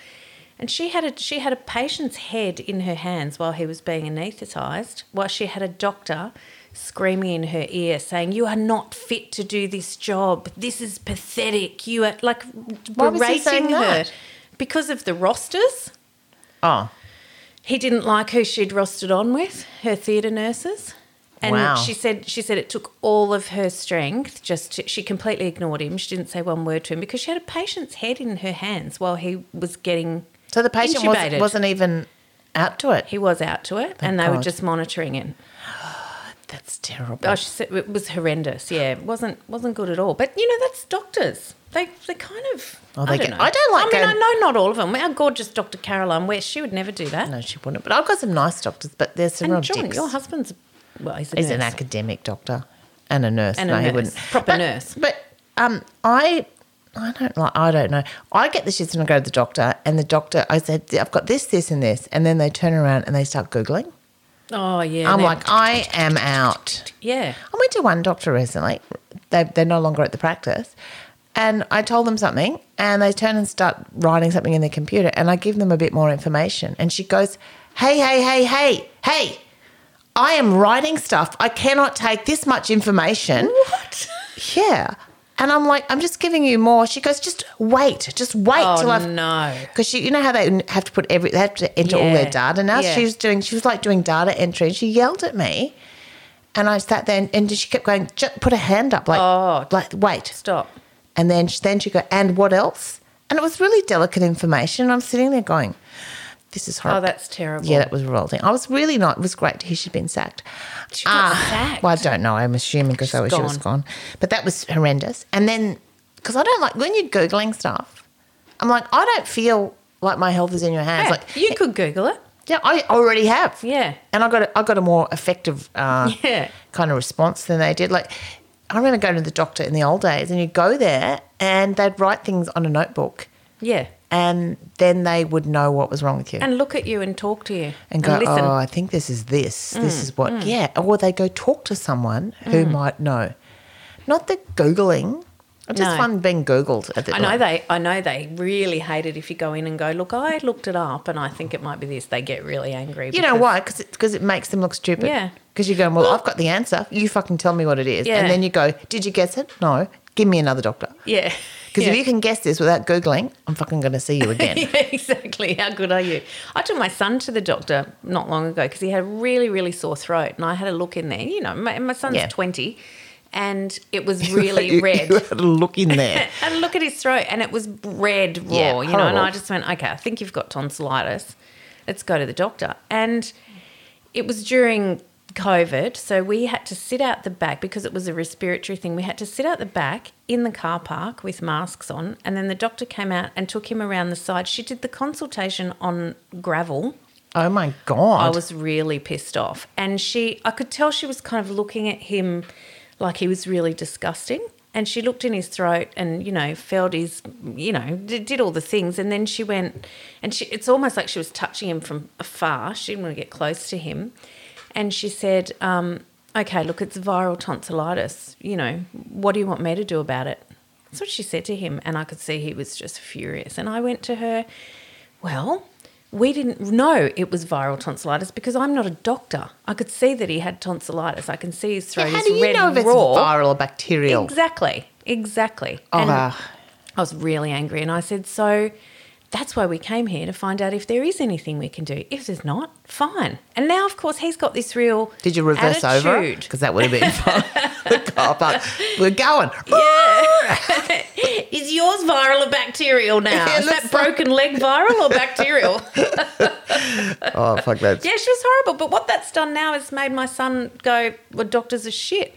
A: and she had a she had a patient's head in her hands while he was being anaesthetised, while she had a doctor screaming in her ear saying, "You are not fit to do this job. This is pathetic. You are like
B: Why was he
A: berating
B: saying
A: her
B: that?
A: because of the rosters."
B: oh,
A: he didn't like who she'd rostered on with, her theatre nurses. And
B: Wow.
A: she said she said it took all of her strength just to, she completely ignored him. She didn't say one word to him because she had a patient's head in her hands while he was getting
B: so the patient wasn't,
A: intubated.
B: wasn't even out to it.
A: he was out to it and they were
B: God.
A: just monitoring it.
B: That's terrible.
A: Oh, she said it was horrendous. Yeah, it wasn't wasn't good at all. But you know, that's doctors. They they kind of
B: Oh,
A: I
B: they
A: don't
B: get-
A: know.
B: I don't like
A: I mean,
B: going-
A: I know not all of them. Our gorgeous Dr. Caroline West, she would never do that.
B: no, she wouldn't. But I've got some nice doctors, but there's some real
A: and John,
B: dicks.
A: your husband's well, he's a
B: He's an
A: nurse.
B: academic doctor and a nurse.
A: And a
B: no, he
A: nurse.
B: wouldn't.
A: Proper
B: but,
A: nurse.
B: But um, I, I don't like. I don't know. I get the shits when I go to the doctor, and the doctor, I said, I've got this, this, and this, and then they turn around and they start googling.
A: Oh yeah.
B: I'm
A: they're-
B: like, I am out.
A: Yeah.
B: I went to one doctor recently. They, they're no longer at the practice. And I told them something, and they turn and start writing something in their computer. And I give them a bit more information. And she goes, Hey, hey, hey, hey, hey, I am writing stuff. I cannot take this much information.
A: What?
B: Yeah. And I'm like, I'm just giving you more. She goes, Just wait, just wait
A: Oh
B: till I've.
A: no.
B: Because you know how they have to put every they have to enter all
A: Yeah.
B: their data now.
A: Yeah.
B: She was doing she was like doing data entry and she yelled at me And I sat there, and, and she kept going, "Ju- put her hand up, like,
A: Oh.
B: like wait.
A: Stop.
B: And then she, then she go, and what else? And it was really delicate information. I'm sitting there going, this is
A: Oh,
B: horrible.
A: that's terrible.
B: yeah, that was revolting. I was really not. It was great to hear she'd been sacked. Ah,
A: She got sacked.
B: Well, I don't know. I'm assuming because she was gone. But that was horrendous. And then, because I don't like when you're googling stuff, I'm like, I don't feel like my health is in your hands.
A: Yeah,
B: Like,
A: you could Google it.
B: yeah, I already have.
A: Yeah.
B: And I got a, I got a more effective uh,
A: [laughs] Yeah.
B: kind of response than they did. Like I remember going to the doctor in the old days, and you'd go there, and they'd write things on a notebook,
A: Yeah.
B: and then they would know what was wrong with you, and,
A: And look at you and talk to you.
B: go,
A: listen. Mm,
B: "Oh, I think this is this. This is what." Yeah. Or they go talk to someone who might know. Not the googling. I just
A: No.
B: find being googled at the
A: I know they. I know they really hate it if you go in and go. Look, I looked it up, and I think it might be this. They get really angry.
B: You know
A: because-
B: why? Because it, 'cause it makes them look stupid.
A: Yeah.
B: Because you're going, well, I've got the answer. You fucking tell me what it is.
A: Yeah.
B: And then you go, did you guess it? No. Give me another doctor.
A: [laughs] Yeah.
B: Because
A: Yeah.
B: if you can guess this without Googling, I'm fucking going to see you
A: [laughs]
B: again.
A: yeah, exactly. How good are you? I took my son to the doctor not long ago because he had a really, really sore throat, and I had a look in there. You know, my, my son's
B: Yeah.
A: twenty, and it was really
B: [laughs] You-
A: red.
B: You had a look in
A: [laughs]
B: there.
A: And look at his throat, and it was red raw,
B: Yeah,
A: you know. And I
B: horrible.
A: just went, okay, I think you've got tonsillitis. Let's go to the doctor. And it was during COVID, so we had to sit out the back because it was a respiratory thing. We had to sit out the back in the car park with masks on, and then the doctor came out and took him around the side. She did the consultation on gravel.
B: oh my God.
A: I was really pissed off. And she, I could tell she was kind of looking at him like he was really disgusting. And she looked in his throat and, you know, felt his, you know, did, did all the things. And then she went, and she, it's almost like she was touching him from afar. She didn't want to get close to him. And she said, um, okay, look, it's viral tonsillitis. You know, what do you want me to do about it? That's what she said to him. And I could see he was just furious. And I went to her, well, we didn't know it was viral tonsillitis because I'm not a doctor. I could see that he had tonsillitis. I can see his throat
B: How
A: is
B: do you
A: red
B: know if
A: and
B: it's
A: raw.
B: viral or bacterial?
A: Exactly. Exactly.
B: Oh,
A: And
B: ah.
A: I was really angry and I said, So that's why we came here to find out if there is anything we can do. If there's not, fine. And now, of course, he's got this real.
B: Did you reverse over?
A: attitude.
B: Because that would have been fun. [laughs] the car park. We're
A: [laughs]
B: going.
A: Is yours viral or bacterial
B: [laughs]
A: now?
B: Yeah, it
A: is that
B: looks like-
A: broken leg viral
B: [laughs]
A: or bacterial?
B: Oh, fuck that.
A: yeah, she was horrible. But what that's done now is made my son go, Well, doctors are shit.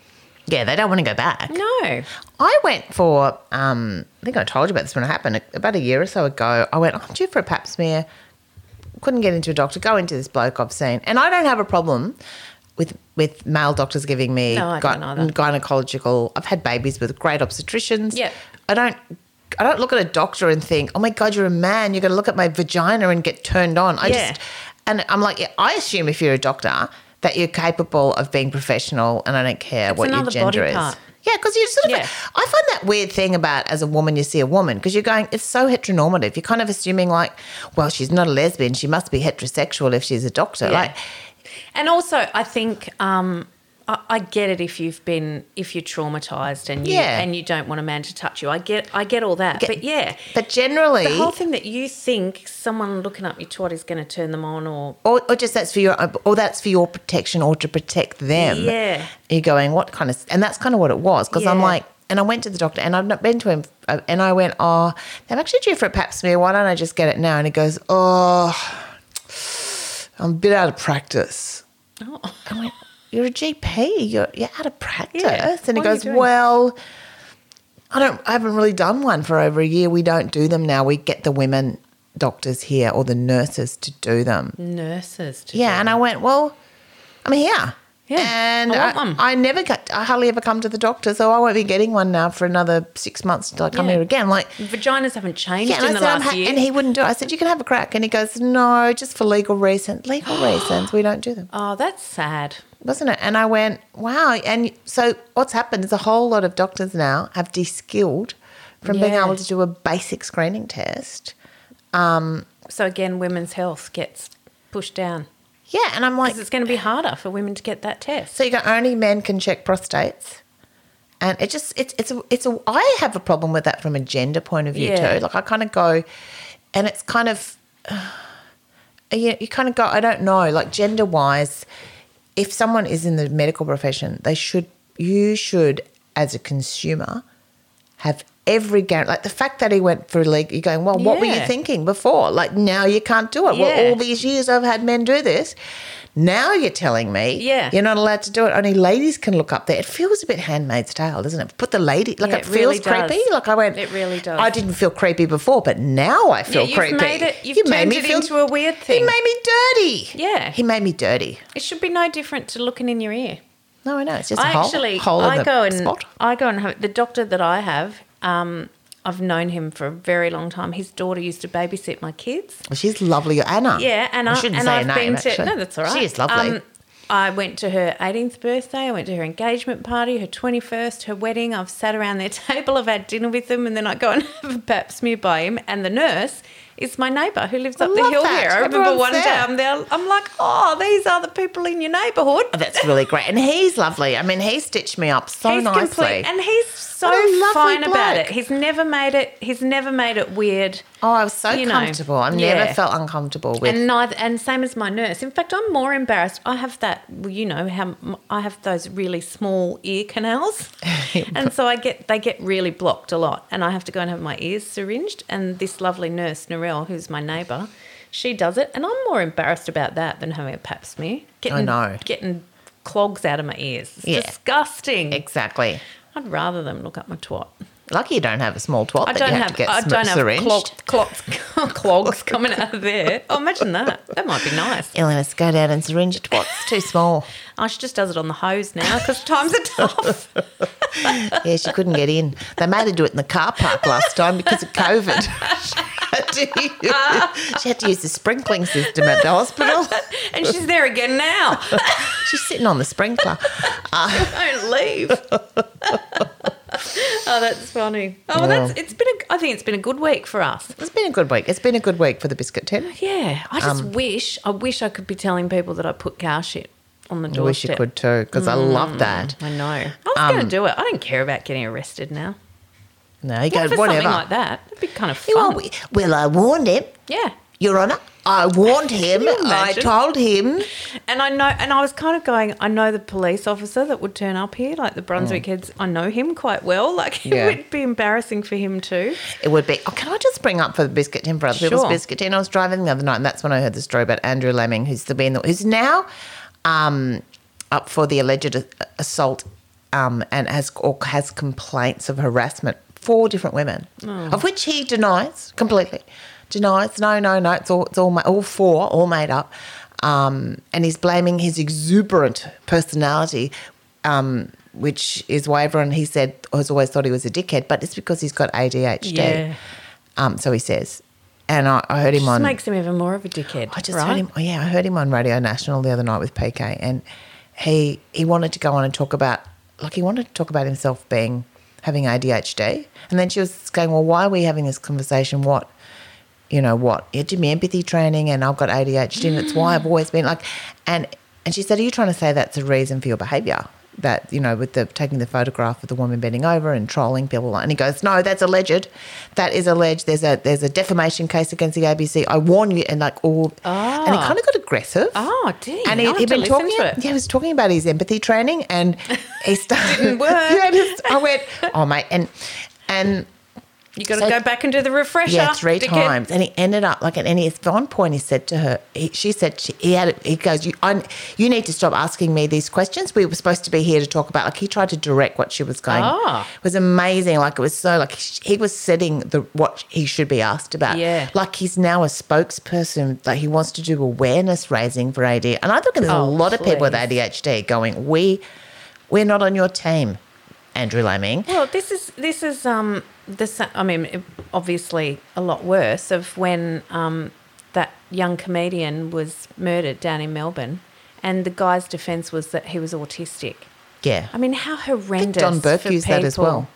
B: Yeah, they don't want to go back.
A: No.
B: I went for, um, I think I told you about this when it happened, about a year or so ago. I went, "Oh, I'm due for a pap smear. Couldn't get into a doctor. Go into this bloke I've seen. And I don't have a problem with with male doctors giving me
A: No, I don't either.
B: gynecological. I've had babies with great obstetricians.
A: Yep.
B: I don't. I don't look at a doctor and think, "Oh my God, you're a man. You're going to look at my vagina and get turned on." I
A: Yeah.
B: just, and I'm like, yeah, I assume if you're a doctor that you're capable of being professional, and I don't care what your
A: another
B: gender
A: body
B: is.
A: part.
B: Yeah, because you sort of.
A: Yeah.
B: I find that weird thing about as a woman, you see a woman because you're going, it's so heteronormative. You're kind of assuming like, well, she's not a lesbian, she must be heterosexual if she's a doctor. Like,
A: And also, I think um, I, I get it if you've been if you're traumatized and you,
B: Yeah.
A: and you don't want a man to touch you. I get I get all that, but yeah,
B: but generally,
A: the whole thing that you think someone looking up your twat is going to turn them on, or
B: or, or just that's for your, or that's for your protection or to protect them.
A: Yeah.
B: You're going, what kind of, and that's kind of what it was because I'm
A: Yeah.
B: like. And I went to the doctor, and I've not been to him. uh, And I went, "Oh, they're actually due for a pap smear. Why don't I just get it now?" And he goes, "Oh, I'm a bit out of practice."
A: oh,
B: I went, You're a GP, you're, you're out of practice.
A: Yeah, what
B: And he
A: are you
B: goes,
A: doing?
B: Well, I don't I haven't really done one for over a year. We don't do them now. We get the women doctors here or the nurses to do them.
A: [laughs] nurses. To
B: Yeah. And I went, Well, I'm here.
A: Yeah,
B: And
A: I
B: I,
A: want one.
B: I, never got, I hardly ever come to the doctor, so I won't be getting one now for another six months till I come
A: Yeah.
B: here again. Like,
A: vaginas haven't changed
B: yeah, and, I
A: in the
B: said, I'm
A: last
B: ha-
A: year.
B: and he wouldn't do it. I said, You can have a crack. And he goes, No, just for legal
A: [gasps]
B: reasons. Legal reasons, we don't do them
A: oh, that's sad.
B: wasn't it? And I went, wow. And so what's happened is a whole lot of doctors now have de-skilled from being
A: Yeah.
B: able to do a basic screening test.
A: So again, women's health gets pushed down
B: Yeah, and I'm like,
A: because it's going to be harder for women to get that test.
B: so you go only men can check prostates, and it just it's it's a, it's a I have a problem with that from a gender point of view
A: Yeah.
B: too. Like I kind of go, and it's [sighs] kind of. you, you kind of go, I don't know, like gender wise, if someone is in the medical profession, they should you should as a consumer have every guarantee. Like the fact that he went through legal, you're going, well, what were you
A: Yeah.
B: thinking before? Like now you can't do it.
A: Yeah.
B: Well, all these years I've had men do this. Now you're telling me
A: Yeah.
B: you're not allowed to do it. Only ladies can look up there. It feels a bit handmaid's tale, doesn't it? Put the lady like
A: Yeah,
B: it
A: it really
B: feels creepy.
A: does.
B: Like I went
A: It really does.
B: I didn't feel creepy before, but now I feel
A: you've
B: creepy.
A: made it- you've
B: You made
A: turned
B: me
A: it
B: feel-
A: into a weird
B: He
A: thing.
B: made me dirty.
A: Yeah.
B: He made me dirty.
A: It should be no different to looking in your ear.
B: No, I know. It's just a
A: I
B: hole,
A: actually,
B: hole in
A: I
B: the
A: go and
B: spot.
A: I go and have the doctor that I have. Um, I've known him for a very long time. His daughter used to babysit my kids.
B: Well, she's lovely, Anna.
A: Yeah, and I,
B: Oh, shouldn't
A: and
B: say
A: I've
B: her name.
A: been to
B: actually.
A: no, that's all right.
B: She is lovely.
A: Um, I went to her 18th birthday. I went to her engagement party, her 21st, her wedding. I've sat around their [laughs] table. I've had dinner with them, and then I go and [laughs] have a pap smear by him. And the nurse is my neighbour who lives up the
B: love
A: hill
B: that.
A: here. I remember
B: Everyone's
A: one day
B: there.
A: I'm there. I'm like, oh, these are the people in your neighbourhood.
B: Oh, that's really great. And he's lovely. I mean, he stitched me up so nicely.
A: and he's so
B: What a lovely
A: fine about
B: bloke.
A: it. He's never made it. He's never made it weird.
B: oh, I was so
A: you know,
B: comfortable. I've never
A: yeah.
B: felt uncomfortable with.
A: And neither, and same as my nurse. In fact, I'm more embarrassed. I have that. Well, you know how m- I have those really small ear
B: [laughs]
A: canals, and so I get they get really blocked a lot, and I have to go and have my ears syringed. And this lovely nurse, Narelle, who's my neighbour, she does it, and I'm more embarrassed about that than having a pap smear. Getting,
B: know.
A: Getting clogs out of my ears. It's
B: Yeah.
A: disgusting.
B: exactly.
A: I'd rather them look up my twat.
B: Lucky you don't have a small twat
A: I
B: that
A: don't
B: you have,
A: have,
B: to get
A: I
B: sm-
A: don't have
B: syringed.
A: clogged, clogs, [laughs] clogs coming out of [laughs] there. Oh, imagine that. That might be nice.
B: Elena's go down and syringe your twat. It's too small.
A: Oh, she just does it on the hose now [laughs] because times are tough.
B: Yeah, she couldn't get in. They made her do it in the car park last time because of COVID. [laughs] she, had to use, she had to use the sprinkling system at the hospital.
A: and she's there again now. [laughs]
B: She's sitting on the sprinkler.
A: Don't [laughs] leave. oh, that's funny. Oh, well, that's it's been. A, I think it's been a good week for us.
B: It's been a good week. It's been a good week for the biscuit tin.
A: Yeah, I just wish. I wish I could be telling people that I put cow shit on the
B: I
A: doorstep.
B: wish you could too because I
A: Mm.
B: love that.
A: I know. I was going to do it. I don't care about getting arrested now.
B: No, you
A: Yeah,
B: go,
A: for
B: whatever.
A: something like that, it'd be kind of
B: You
A: fun.
B: are- well, I warned him,
A: yeah.
B: Your Honour. I warned him.
A: you
B: I
A: imagine?
B: told him.
A: And I know, and I was kind of going. I know the police officer that would turn up here, like the Brunswick heads. I know him quite well. [laughs] Like
B: Mm. Yeah.
A: it would be embarrassing for him too.
B: It would be. Oh, can I just bring up for the biscuit tin for other people's
A: Sure.
B: biscuit tin? I was driving the other night, and that's when I heard the story about Andrew Lemming, who's the man who's now um, up for the alleged a- assault um, and has or has complaints of harassment. Four different women, of which he denies completely. Denies. No, no, no. It's all it's all ma- all four, all made up. Um, and he's blaming his exuberant personality um, which is why everyone he said has always thought he was a dickhead, but it's because he's got ADHD.
A: Yeah.
B: Um, so he says. And I, I heard him
A: Just
B: on.
A: makes him even more of a dickhead.
B: I just
A: right?
B: heard him. oh, Yeah, I heard him on Radio National the other night with PK, and he he wanted to go on and talk about like he wanted to talk about himself being having ADHD, and then she was going, "Well, why are we having this conversation? What?" You know what? You did me empathy training, and I've got ADHD, and it's why I've always been like. And and she said, "Are you trying to say that's a reason for your behaviour? That you know, with the taking the photograph of the woman bending over and trolling people?" And he goes, "No, that's alleged. That is alleged. There's a there's a defamation case against the ABC. I warn you." And like all, and he
A: Ah.
B: kind of got aggressive.
A: Oh, dear.
B: And he,
A: I'll have
B: he'd
A: to
B: been
A: listen
B: talking.
A: to it.
B: Yeah, he was talking about his empathy training, and
A: [laughs]
B: he started.
A: Didn't work.
B: [laughs] Yeah, just- I went, "Oh mate," and and.
A: You got to
B: So-
A: go back and do the refresher.
B: Yeah, three
A: dickhead.
B: times, and he ended up like. And he, at one point, he said to her, he, "She said she, he had. He goes, you, I, you need to stop asking me these questions. We were supposed to be here to talk about. Like he tried to direct what she was going.
A: Ah.
B: It was amazing. Like it was so like he, he was setting the what he should be asked about.
A: Yeah.
B: like he's now a spokesperson. Like he wants to do awareness raising for AD. And I think there's a
A: Oh,
B: lot of people with
A: please.
B: ADHD going, we, we're not on your team, Andrew Laming.
A: Well, this is this is um this. I mean, it- obviously a lot worse of when um that young comedian was murdered down in Melbourne, and the guy's defence was that he was autistic.
B: Yeah.
A: I mean, how horrendous!
B: Don Burke
A: for
B: used that as
A: people
B: well.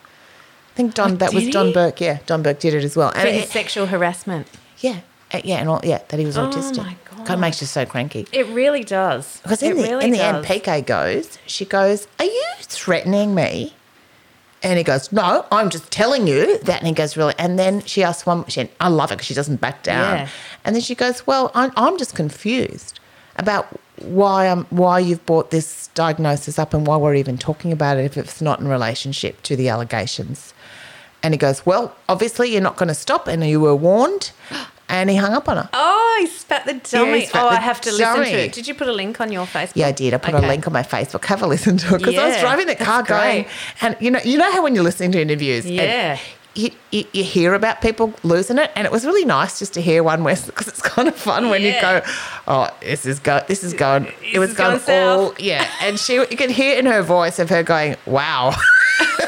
B: I think Don that was
A: did
B: Don
A: he?
B: Burke. Yeah, Don Burke did it as well.
A: for
B: And
A: his
B: it-
A: sexual harassment.
B: yeah, uh, yeah, and all, yeah, that he was
A: Oh
B: autistic.
A: my
B: God makes you so cranky.
A: It really does.
B: Because
A: it
B: in the
A: really
B: in the
A: does.
B: end, PK goes. She goes, "Are you threatening me?" And he goes, "No, I'm just telling you that." And he goes, "Really?" And then she asks one. She, I love it because she doesn't back down.
A: Yeah.
B: And then she goes, "Well, I'm, I'm just confused about why um why you've brought this diagnosis up and why we're even talking about it if it's not in relationship to the allegations. And he goes, Well, obviously you're not going to stop and you were warned. [gasps] And he hung up on her.
A: Oh, he spat the
B: Yeah,
A: dummy.
B: he spat
A: oh,
B: the
A: I have to listen to
B: dummy.
A: it. Did you put a link on your Facebook?
B: Yeah, I did. I put
A: Okay.
B: a link on my Facebook. Have a listen to it because I was
A: Yeah,
B: driving the
A: that's
B: car going,
A: great.
B: and you know, you know how when you're listening to interviews, and
A: Yeah.
B: you, you, you hear about people losing it, and it was really nice just to hear one where because it's kind of fun when you
A: Yeah.
B: go, oh, this is go, this is going,
A: This
B: it was
A: is going
B: going, all, [laughs] yeah, and she, you could hear in her voice of her going,
A: [laughs]
B: wow, [laughs]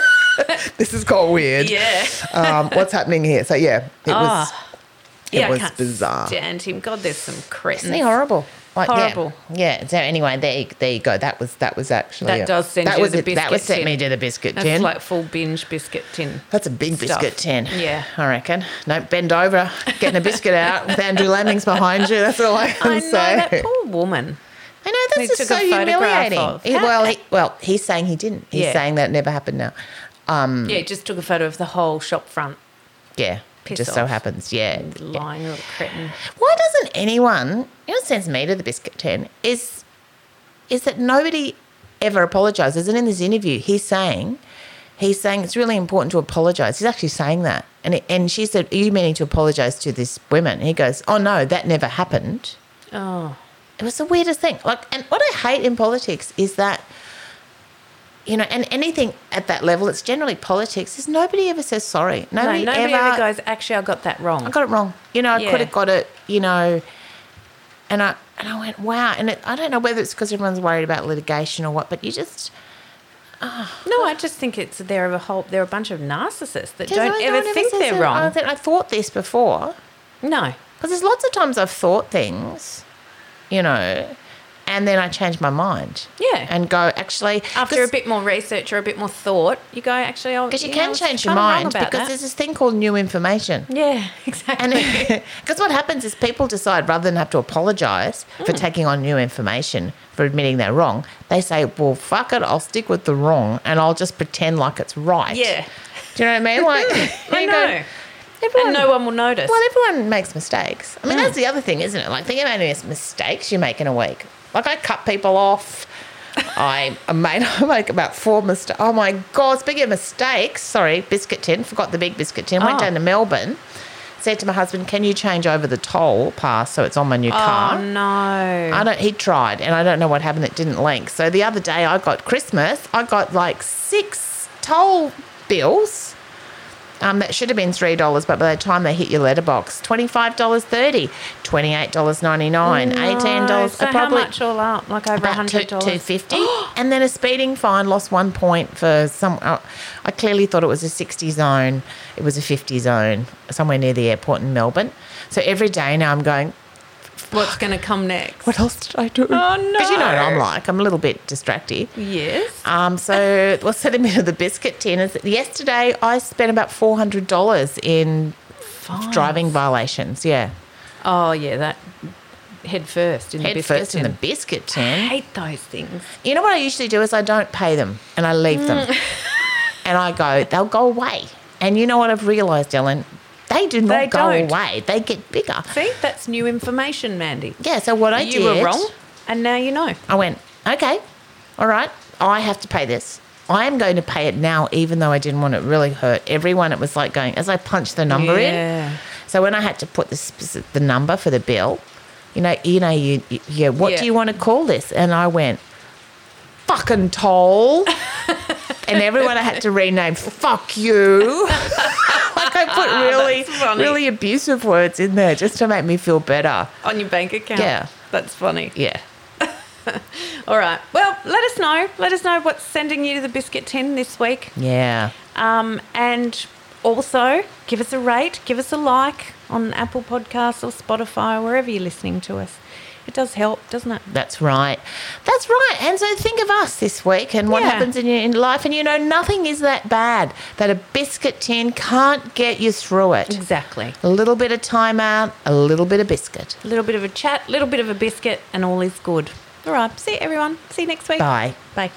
B: this has got weird.
A: Yeah.
B: Um, what's happening here? So yeah, it was
A: Oh.
B: it
A: yeah, I
B: was
A: can't
B: bizarre.
A: Stand him. God, there's some cretins.
B: Isn't he horrible? Like, yeah.
A: Horrible.
B: Yeah. So anyway, there you, there you go. That was that was actually
A: That
B: it.
A: does send
B: that
A: you
B: was
A: the
B: it. That was
A: biscuit
B: sent
A: tin.
B: me to the biscuit
A: That's
B: tin.
A: like full binge biscuit tin.
B: That's a big
A: stuff.
B: biscuit tin.
A: Yeah.
B: I reckon. Don't bend over, getting a biscuit
A: [laughs]
B: out with Andrew Lemmings behind you. That's all I can
A: I know
B: say.
A: that poor woman.
B: I know
A: He
B: that's just
A: took
B: so
A: a photograph
B: humiliating.
A: of.
B: He- well, he, well, he's saying he didn't. He's
A: Yeah.
B: saying that never happened. Now, um,
A: Yeah, just took a photo of the whole shop front.
B: yeah,
A: Piss
B: just so
A: off.
B: happens. Yeah, yeah.
A: Lying little cretin.
B: Why doesn't anyone, you know, what sends me to the biscuit tin is, is that nobody ever apologises. And in this interview, he's saying, he's saying it's really important to apologise. He's actually saying that. And, it, and she said, Are you meaning to apologise to this woman? And he goes, Oh, no, that never happened.
A: Oh.
B: It was the weirdest thing. Like, and what I hate in politics is that, you know, and anything at that level, it's generally politics, is nobody ever says sorry.
A: No,
B: Nobody,
A: nobody
B: ever
A: ever goes, actually, I got that wrong.
B: I got it wrong. You know, I
A: Yeah.
B: could have got it, you know, and I and I went, wow. And it, I don't know whether it's because everyone's worried about litigation or what, but you just
A: no, I just think it's there are a whole there are a bunch of narcissists that
B: 'cause
A: don't
B: no- no
A: ever
B: one
A: think
B: says
A: they're
B: it. I,
A: wrong.
B: think, I thought this before
A: no.
B: because there's lots of times I've thought things, you know, and then I change my mind.
A: Yeah.
B: and go actually
A: After a bit more research or a bit more thought, you go actually. oh,
B: because you, can change your mind because there's this thing called new information.
A: yeah, [laughs] exactly.
B: And [laughs] because what happens is people decide rather than have to apologise
A: Mm.
B: for taking on new information, for admitting they're wrong, they say, well, fuck it, I'll stick with the wrong and I'll just pretend like it's right.
A: yeah,
B: Do you know what I mean?
A: [laughs]
B: Like,
A: I
B: you
A: know.
B: go, everyone,
A: and no one will notice.
B: well, everyone makes mistakes. I mean, that's the other thing, isn't it? Like, think about any mistakes you make in a week. Like, I cut people off. I I made [laughs] I make about four mistakes. Oh my god! Speaking of mistakes, sorry, biscuit tin. Forgot the big biscuit tin. Went
A: Oh.
B: down to Melbourne. Said to my husband, "Can you change over the toll pass so it's on my new car?"
A: oh no.
B: I don't. He tried, and I don't know what happened. It didn't link. So the other day, I got Christmas. I got like six toll bills. Um, that should have been three dollars, but by the time they hit your letterbox, twenty-five dollars thirty, twenty-eight dollars ninety-nine, eighteen
A: No,
B: dollars.
A: So how much all up? Like over a
B: About two
A: hundred
B: two
A: dollars. [gasps]
B: fifty, and then a speeding fine lost one point for some. Uh, I clearly thought it was a sixty zone. It was a fifty zone somewhere near the airport in Melbourne. So every day now I'm going.
A: What's going to come next?
B: What else did I do?
A: Oh, no.
B: Because you know what I'm like. I'm a little bit distracty.
A: Yes.
B: Um, so what's sending me to the [laughs] biscuit tin is that yesterday I spent about four hundred dollars in driving violations. Yeah,
A: Oh yeah, that head first in the
B: head
A: biscuit
B: first in the biscuit
A: I
B: tin.
A: hate those things.
B: You know what I usually do is I don't pay them and I leave them,
A: Mm.
B: [laughs] and I go. They'll go away. And you know what I've realised, Ellen? They do not
A: They
B: go
A: don't.
B: away. They get bigger.
A: See, that's new information, Mandy.
B: Yeah. So what I
A: you
B: did,
A: were wrong, and now you know.
B: I went, okay, all right, I have to pay this. I am going to pay it now, even though I didn't want it really hurt everyone. It was like going as I punched the number
A: Yeah.
B: in. So when I had to put the speci- the number for the bill, you know, you know, you, you yeah, what
A: Yeah.
B: do you want to call this? And I went,
A: [laughs]
B: fucking toll. and everyone I had to rename, fuck you. [laughs] like I put
A: Ah, that's
B: really,
A: funny.
B: really abusive words in there just to make me feel better.
A: On your bank account.
B: Yeah.
A: That's funny.
B: Yeah.
A: All right. Well, let us know. Let us know what's sending you to the biscuit tin this week.
B: Yeah.
A: Um, and also, give us a rate, give us a like on Apple Podcasts or Spotify, or wherever you're listening to us. It does help, doesn't it?
B: That's right. That's right. And so think of us this week and what
A: Yeah.
B: happens in your in life. And you know, nothing is that bad that a biscuit tin can't get you through it.
A: Exactly.
B: A little bit of time out, a little bit of biscuit.
A: A little bit of a chat, little bit of a biscuit, and all is good. All right. See you, everyone. See you next week.
B: Bye.
A: Bye.